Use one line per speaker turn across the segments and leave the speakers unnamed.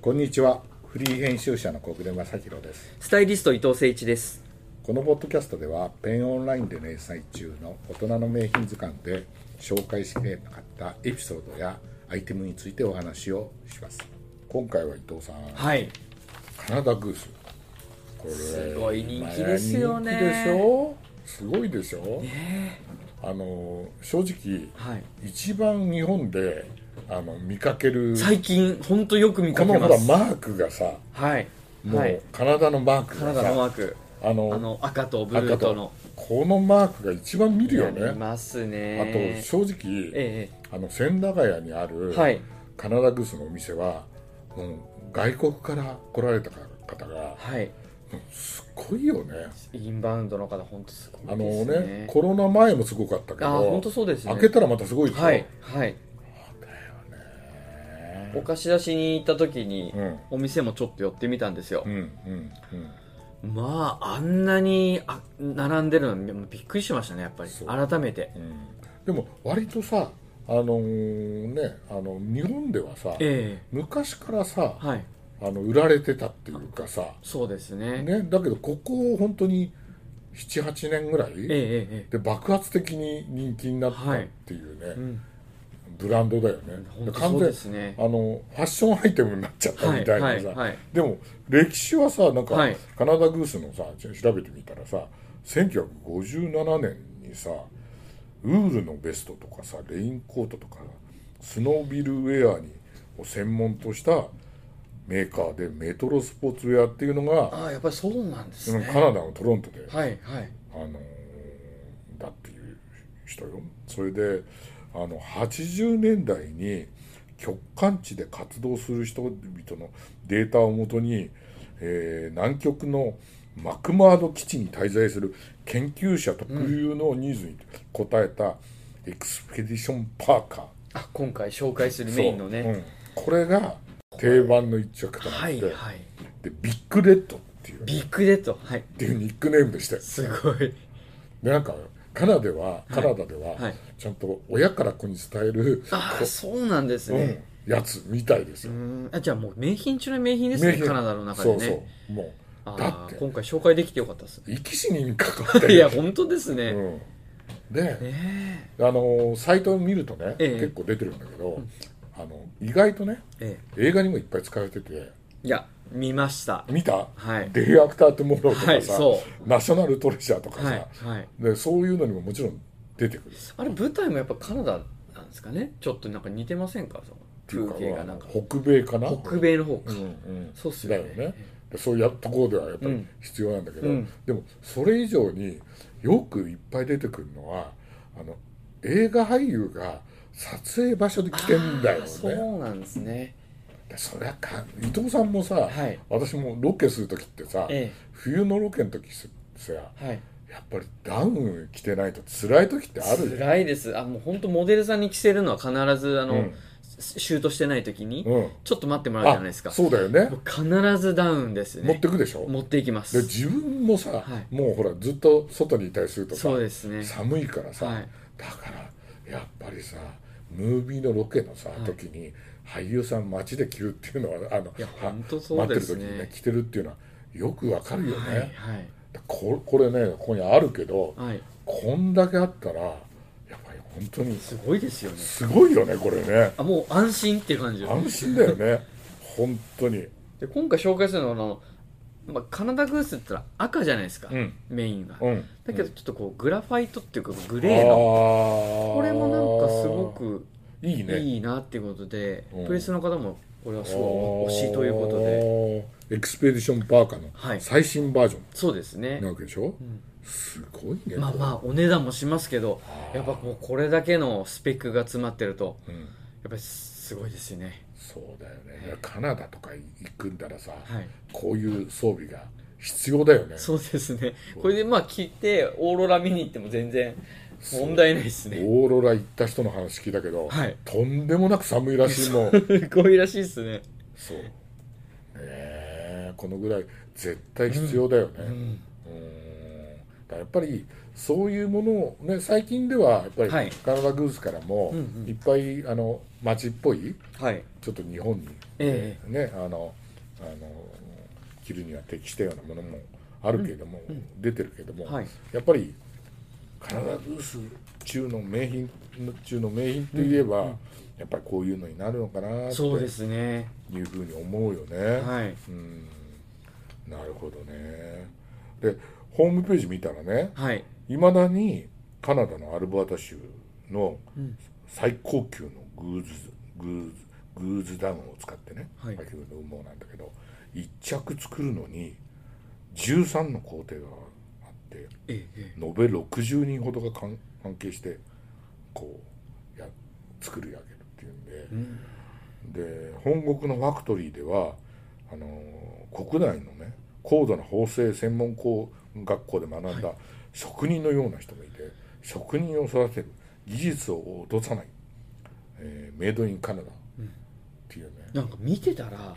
こんにちはフリー編集者の国連正弘です
スタイリスト伊藤誠一です。
このポッドキャストではペンオンラインで連載中の大人の名品図鑑で紹介しきれなかったエピソードやアイテムについてお話をします今回は伊藤さん
はい。
カナダグースこれ
すごい人気ですよね
人気でしょすごいでしょ、あの正直、
はい
一番日本であの見かける
最近本当よく見
こ
か
の
け
ほ
ま
ら
す。
マークがさ
はい。
も
はい。
うカナダのマーク
カナ
が
ダ
さ、
のマーク。
あの
あの赤とブル
赤
ー
と
との。
このマークが一番見るよ
あり
ね
ます
あと
ね。
正直、
え
あの千駄ヶ谷にある
はい
カナダグースのお店は、もう外国から来られた方が
えはい。
すごいよね
インバウンドの方本当すご
あ
い
の
です
ね
ね。
コロナ前もすごかったけ
あ本当
ど、
そうですね。
開けたらまたすごいでしょ、
はいはい。お貸し出しに行った時に
うん
お店もちょっと寄ってみたんですよ
うん。うんうん
まああんなにあ並んでるのびっくりしましたねやっぱり
そう
改めて。
うんでも割とさあのーねあの日本ではさ
え
昔からさ
えはい。
あの売られてたっていうかさ、
そうですね。
ね、だけどここ本当に78年ぐらい、
えええええ
で爆発的に人気になったっていうね、
え。うん。
ブランドだよね
本当そ
完
う
全
ですね。
あのファッションアイテムになっちゃったみたいなさ、
はいはいはい
でも歴史はさなんか、
はい
カナダグースのさちょ調べてみたらさ1957年にさウールのベストとかさレインコートとかスノービルウェアにを専門としたメーカーでメトロスポーツウェアっていうのが、
ああやっぱりそうなんですね。
カナダのトロントで
はいはい。
あのーだっていう人よそれであの80年代に極寒地で活動する人々のデータをもとに、えー南極のマクマード基地に滞在する研究者特有のニーズに応えたエクスペディションパーカー、
あ今回紹介するメインの
そう
ね。
うんこれが定番の一着となって、
はいはい。
でビッグレッドっていう,、
ビッグデッドはい。
っていうニックネームでしたよ
すごい。
でなんかカナダでは、カナダでは、
はい
ちゃんと親から子に伝える、
ああそうなんです
う
ね。
ん、やつみたいです
う
よ、
ん。あじゃあもう名品中の名品ですねカナダの中でね。
そうそうも
あ
うだ
あ
って
今回紹介できてよかったですね。
生き死ににかかってる
いや本当です
う
ね。
ん、で、
ね
あのーサイトを見るとね、
ええ
結構出てるんだけど、あの意外とね
ええ
映画にもいっぱい使われてて
え。いや見ました。
見た、
はい
デイアクタートゥモローとかさ、
はいそ
ナショナルトレジャーとかさ、
はいはい。
でそういうのにももちろん出てくる
あれ舞台もやっぱカナダなんですかね。ちょっとなんか似てませんかその風景がなんか
北米かな
北米の方
う
か
ん。うん
そうっす
だ
よ
よ
ね。
ねでそういうところではやっぱ
う
り
ん
必要なんだけど、
うん
でもそれ以上によくいっぱい出てくるのはあの映画俳優が撮影場所で来てんだよ
あー
ね
そ
そう
なんですね。
そりゃか伊藤さんもさ、
はい
私もロケする時ってさ、
え
冬のロケの時さや
え。はい。
っぱりダウン着てないと辛い時ってある
辛いです。あ、もう本当モデルさんに着せるのは必ず、あの、
うん
シュートしてない時に、
うん
ちょっと待ってもらうじゃないですか。
そうだよね
もう必ずダウンですね。
持ってくでしょ
持っていきま。
です自分もさ、
はい
もうほらずっと外にいたりするとさ
そうですね。
寒いからさ、
はい
だからやっぱりさムービーのロケのさ、
はい
時に俳優さん街で着るっていうのはあの
いや
は
本当そうですね
待ってる時にね着てるっていうのはよくわかるよ
はい
ね、ここれねここにあるけど
はい。はい。
こんだけあったらやっぱり本当に
すごいですよね。
すごいよねこれね
あ、もう安心っていう感じです
安心だよね本当に
で、今回紹介するのは、あの、まあ、カナダグースって言ったら赤じゃないですか。
うん
メインが。
うん
だけど、ちょっとこう、グラファイトっていうか、グレーの。こ
こ
れもなんかすごく
いいね
いいなっていうことで、
うん
プレスの方もこれはすごい推しということで
あーエクスペディションパーカー
は
の
い
最新バージョン
そうですね
なわけでしょ、
ん
すごいね
まあまあお値段もしますけどやっぱもうこれだけのスペックが詰まってると
あ、うん、
やっぱりすごいですよね
そうだよねカナダとか行くんだらさ、
はい
こういう装備が必要だよね
そうですねこれでまあ聞いてオーロラ見に行っても全然問題ないですね
オーロラ行った人の話聞いたけど、
はい
とんでもなく寒いらしいもん
すごいらしいですね
そうねえこのぐらい絶対必要だよね、うん、からやっぱりそういうものを、ね、最近ではやっぱり
はい
カナダグースからも
うんうん
いっぱいあの街っぽい
はい
ちょっと日本に、
え
ねあのあの着るには適したようなものもあるけれども、出てるけれども、
はい
やっぱりカナダグース中の名品中の名品といえば、やっぱりこういうのになるのかなって
そうですね
いうふうに思うよね。
はい
うんなるほどね。でホームページ見たらね
はい
いまだにカナダのアルバータ州の
うん
最高級のグーズグーズグーズダウンを使ってね、
はい
先ほど羽毛なんだけど1着作るのに13の工程があって
えええ
延べ60人ほどが関関係してこうや作り上げるっていうんで。
えうん
で本国のファクトリーではあの国内のね高度な縫製専門校学校で学んだ職人のような人もいて、職人を育てる技術を落とさない、えーメイドインカナダっていうね、
なんか見てたら、も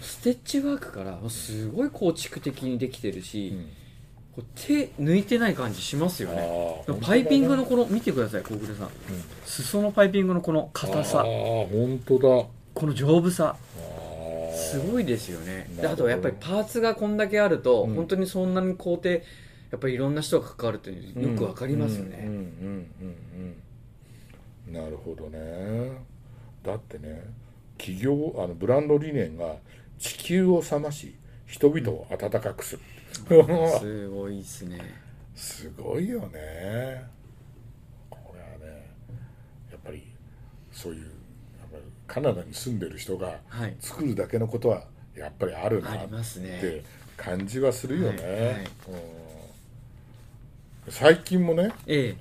うステッチワークからもうすごい構築的にできてるし、こう手抜いてない感じしますよ
あ
ね
ー本当だね
パイピングのこの見てください小暮さん、裾のパイピングのこの硬
ああ
さ
本当だ
この丈夫さ
あー
すごいですよね
なるほど
であとはやっぱりパーツがこんだけあると、
うん
本当にそんなに工程やっぱりいろんな人が関わるっていうのよくわかりますよね、
うんうんうんうんうんなるほどねだってね企業あのブランド理念が地球を冷まし人々を温かくする、
すごいですね
すごいよねこれはねやっぱりそういうやっぱりカナダに住んでる人が
はい
作るだけのことはやっぱりあるな
あ
っ
りますね
て感じはするよね、
はいはい
うん最近もね
え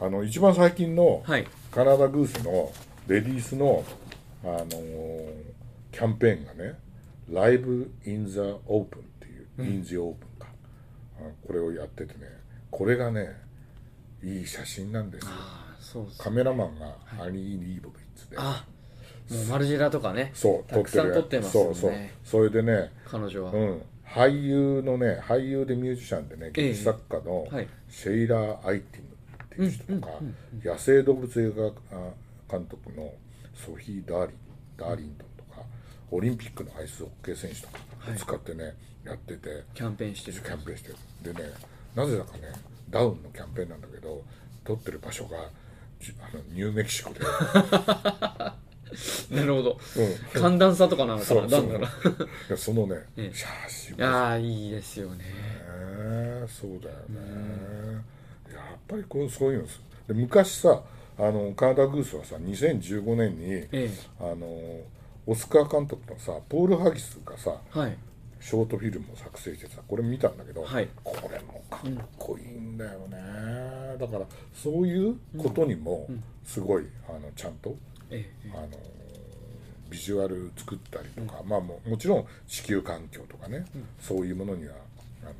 あの一番最近の
えはい
カナダグースのレディースの、あのーキャンペーンがね「ライブ・イン・ザ・オープン」っていう「イン・ザ・オープンか」あこれをやっててねこれがねいい写真なんですよ
ああそうです
カメラマンがアニー・リーボビッツで、
あもうマルジェラとかね
そう
たくさん撮ってますよね
そうそうそれでね、
彼女は、
うん、俳優のね俳優でミュージシャンでね
ええ
劇作家の
はい
シェイラー・アイティムっていう人とか、野生動物映画あ監督のソフィー・ダーリンダーリントンとかオリンピックのアイスホッケー選手とかを使ってね、やってて
キャンペーンして
キ
る
ャンペーンしてるでねなぜだかねダウンのキャンペーンなんだけど撮ってる場所がじあのニューメキシコ で、
なるほど
うん、
寒暖差とかなのか
そ
な
う
だ
そ
んだ
う
ら
でそのね
ええ
写真
いやーいいですよね
ねそうだよね、やっぱりこうそういうのですで昔さあのカナダグースはさ2015年に、
え
あのオスカー監督のさポール・ハギスがさ
えはい
ショートフィルムを作成してさこれ見たんだけど、
はい
これもかっこいいんだよね、だからそういうことにもすごい、あのちゃんと
ええ
あのビジュアル作ったりとか、まあももちろん地球環境とかね、そういうものにはあの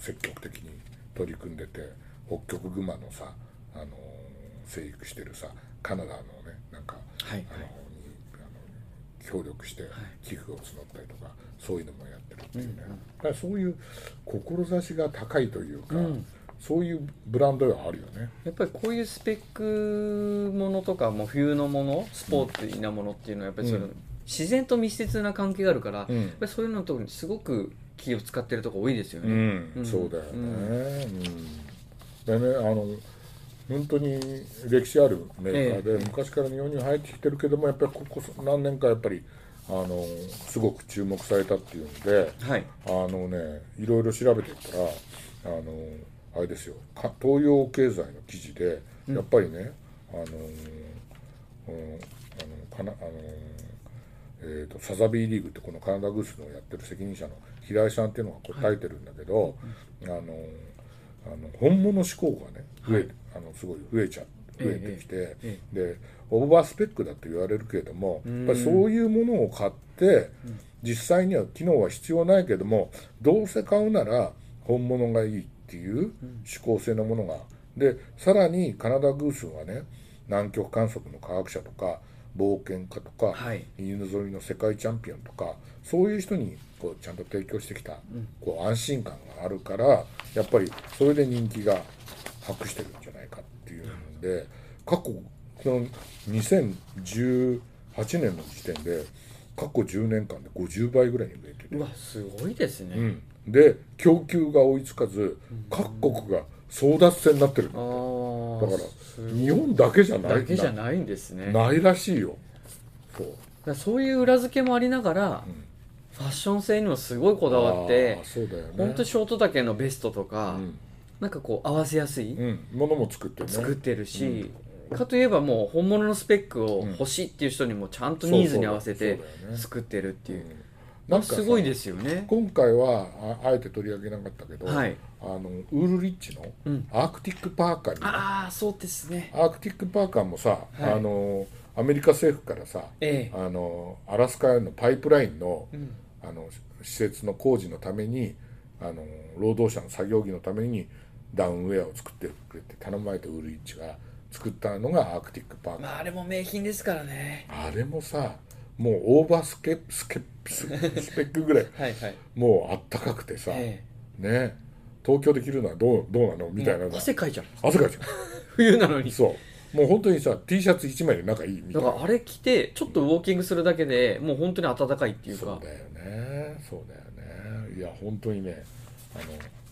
積極的に取り組んでて北極熊のさあの生育してるさカナダのねなんか、
はい
あのにあの協力して寄付を募ったりとか、そういうのもやってるっていうね、だからそういう志が高いというか、そういうブランドがあるよね。
やっぱりこういうスペックものとかもう冬のものスポーツなものっていうのはやっぱりそういうの自然と密接な関係があるから、
うん
やっぱりそういうのとすごく気を使ってるとこ多いですよ
う
ね、
ん
うん
そうだよね、うんでねあの本当に歴史あるメーカーで、昔から日本に入ってきてるけどもやっぱりここ何年かやっぱりあのすごく注目されたっていうんで
はい
あのねいろいろ調べてったらあのあれですよか東洋経済の記事でやっぱりね、あのうんあのかなあのえー、とサザビーリーグってこのカナダグースのやってる責任者の平井さんっていうのが答えてるんだけど、あのあの本物志向がね増え、あのすごい増えちゃ増えてきて、
え
でオーバースペックだと言われるけれどもやっぱりそういうものを買って実際には機能は必要ないけどもどうせ買うなら本物がいいっていう指向性のものがでさらにカナダグースはね南極観測の科学者とか冒険家とか、
はい
犬ぞりの世界チャンピオンとかそういう人にこうちゃんと提供してきた、こう安心感があるからやっぱりそれで人気が博してるんじゃないかっていうので過去この2018年の時点で過去10年間で50倍ぐらいに増えてて
うわすごいですね、
うん、で供給が追いつかず各国が争奪戦になってる
あ
の
あ
だから
すごい
日本だけじゃない
だけじゃないんですねだか
ないらしいよそう
らそういう裏付けもありながら、
ん
ファッション性にもすごいこだわって
あーそうだよね
本当ショート丈のベストとか、なんかこう合わせやすい、
うん、うん、ものも作ってね
作ってるし、かといえばもう本物のスペックを欲しいっていう人にもちゃんとニーズに合わせて
そうそうそうだよね
作ってるっていう,、
なんかさ
すごいですよね
今回はああえて取り上げなかったけど、
はい
あのウールリッチの
うん
アークティックパーカーに、
ああそうですね
アークティックパーカーもさ、
はい
あのアメリカ政府からさ
ええ
あのアラスカへのパイプラインの,、
ん
あの施設の工事のためにあの労働者の作業着のためにダウンウェアを作ってくれって頼まれたウールイッチが作ったのがアークティックパーカー
まああれも名品ですからね
あれもさもうオーバースケスケススペックぐらい
はいはい
もうあったかくてさ、
え
ね東京で着るのはどうどうなのみたいな
え
の
汗かいちゃう
汗かいちゃ
冬なの
う
に
そうもう本当にさ T シャツ1枚で仲いいみた
だ
い
か
な
らあれ着てちょっとウォーキングするだけでもう本当に暖かいっていう
そ
か
うだよねそうだよねいや本当にねあの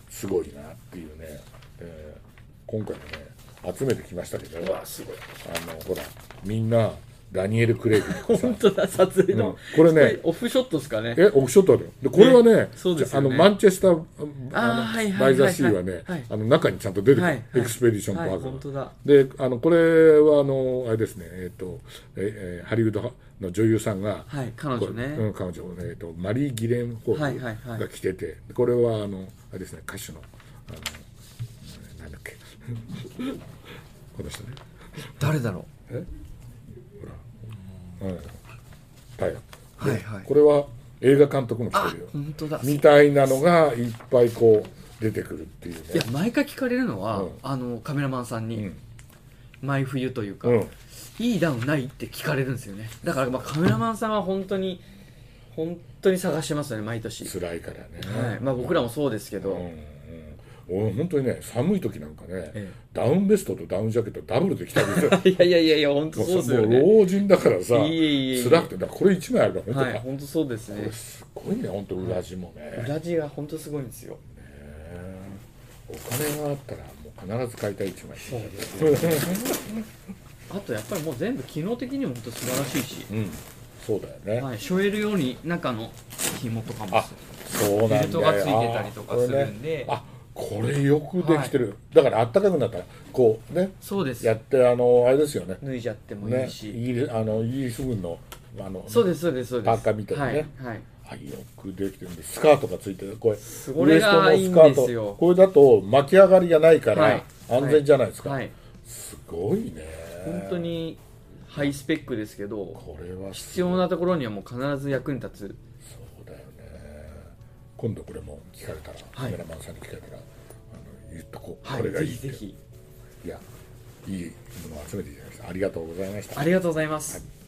すごいなっていうね、えー今回もね集めてきましたけどあ
すごい
のほらみんなダニエル・クレイグとかさ
本当だ撮影の、
うんこれね
オフショットですかね
えオフショットだよでこれはね
そうです
あ
よね
のマンチェスター
あー
あ
はいはい
のバ
はい
イザーシーはね、
はい
あの中にちゃんと出てくる、
はいはい
エクスペディションパ
はい
ーク、
本当だ
であのこれはあのあれですねえっ、とええーハリウッドの女優さんが、
はい彼女ね
うん、彼女、えー、とマリー・ギレンホ
はい
ー
はいは
ル
い
が着てて、でこれはあのあれですね歌手のあのえーなんだっけ この人ね
誰だろ
うんはい、
うはいはい
これは映画監督も着てるよ
本当だ
みたいなのがいっぱいこう出てくるっていう
いや
ね
毎回聞かれるのは、
うん
あのカメラマンさんに、
うん
毎冬というか、
うん
いいダウンないって聞かれるんですよねだから、まあ、カメラマンさんは本当に本当に探してますよね毎年、
辛いからね、
はいまあ、僕らもそうですけど、
うんうん、俺本当にね寒い時なんかね、
え
ダウンベストとダウンジャケットダブルで着たんですよ
いやいやいやいや本当そうですよ
も
ね
う老人だからさ
いえいえいえ
辛くてだからこれ1枚あれば本当
は
に、
い本当そうです
こ
ね
れすごいね本当裏地もね、
裏地が本当すごいんですよ
お金があったらもう必ず買いたい1枚
そうですあとやっぱりもう全部機能的にも本当素晴らしいし、
うんそうだよね、
はい、しょえるように中の紐とかも
あそうなんだよ
ベルトがついてたりとかするんで
あこれ,、あこれよくできてる、だからあったかくなったらこうね
そうです
やってあのあれですよね
脱いじゃってもい
ね
いし、
イギリスあのイギリス軍のあの
そうですそうですそうです
パーカーみたいなね
はい、はい、
はい、よくできてるんで、スカートがついてる、これ、
これがいいんですよ
これだと巻き上がりがないか
は
ら
い、
安全じゃないですか。
はい、
すごいね。
本当。にハイスペックですけど
これは
必要なところにはもう必ず役に立
そうだよね。今度これも聞かれたら、カ
はい
メラマンさんに聞かれたら、あの言っとこう。
つは
これ
い
が
ぜ
いい
ひ
って
ぜひ
いや、いいものを集めていただきました。ありがとうございました
あ。りがとうございます、
はい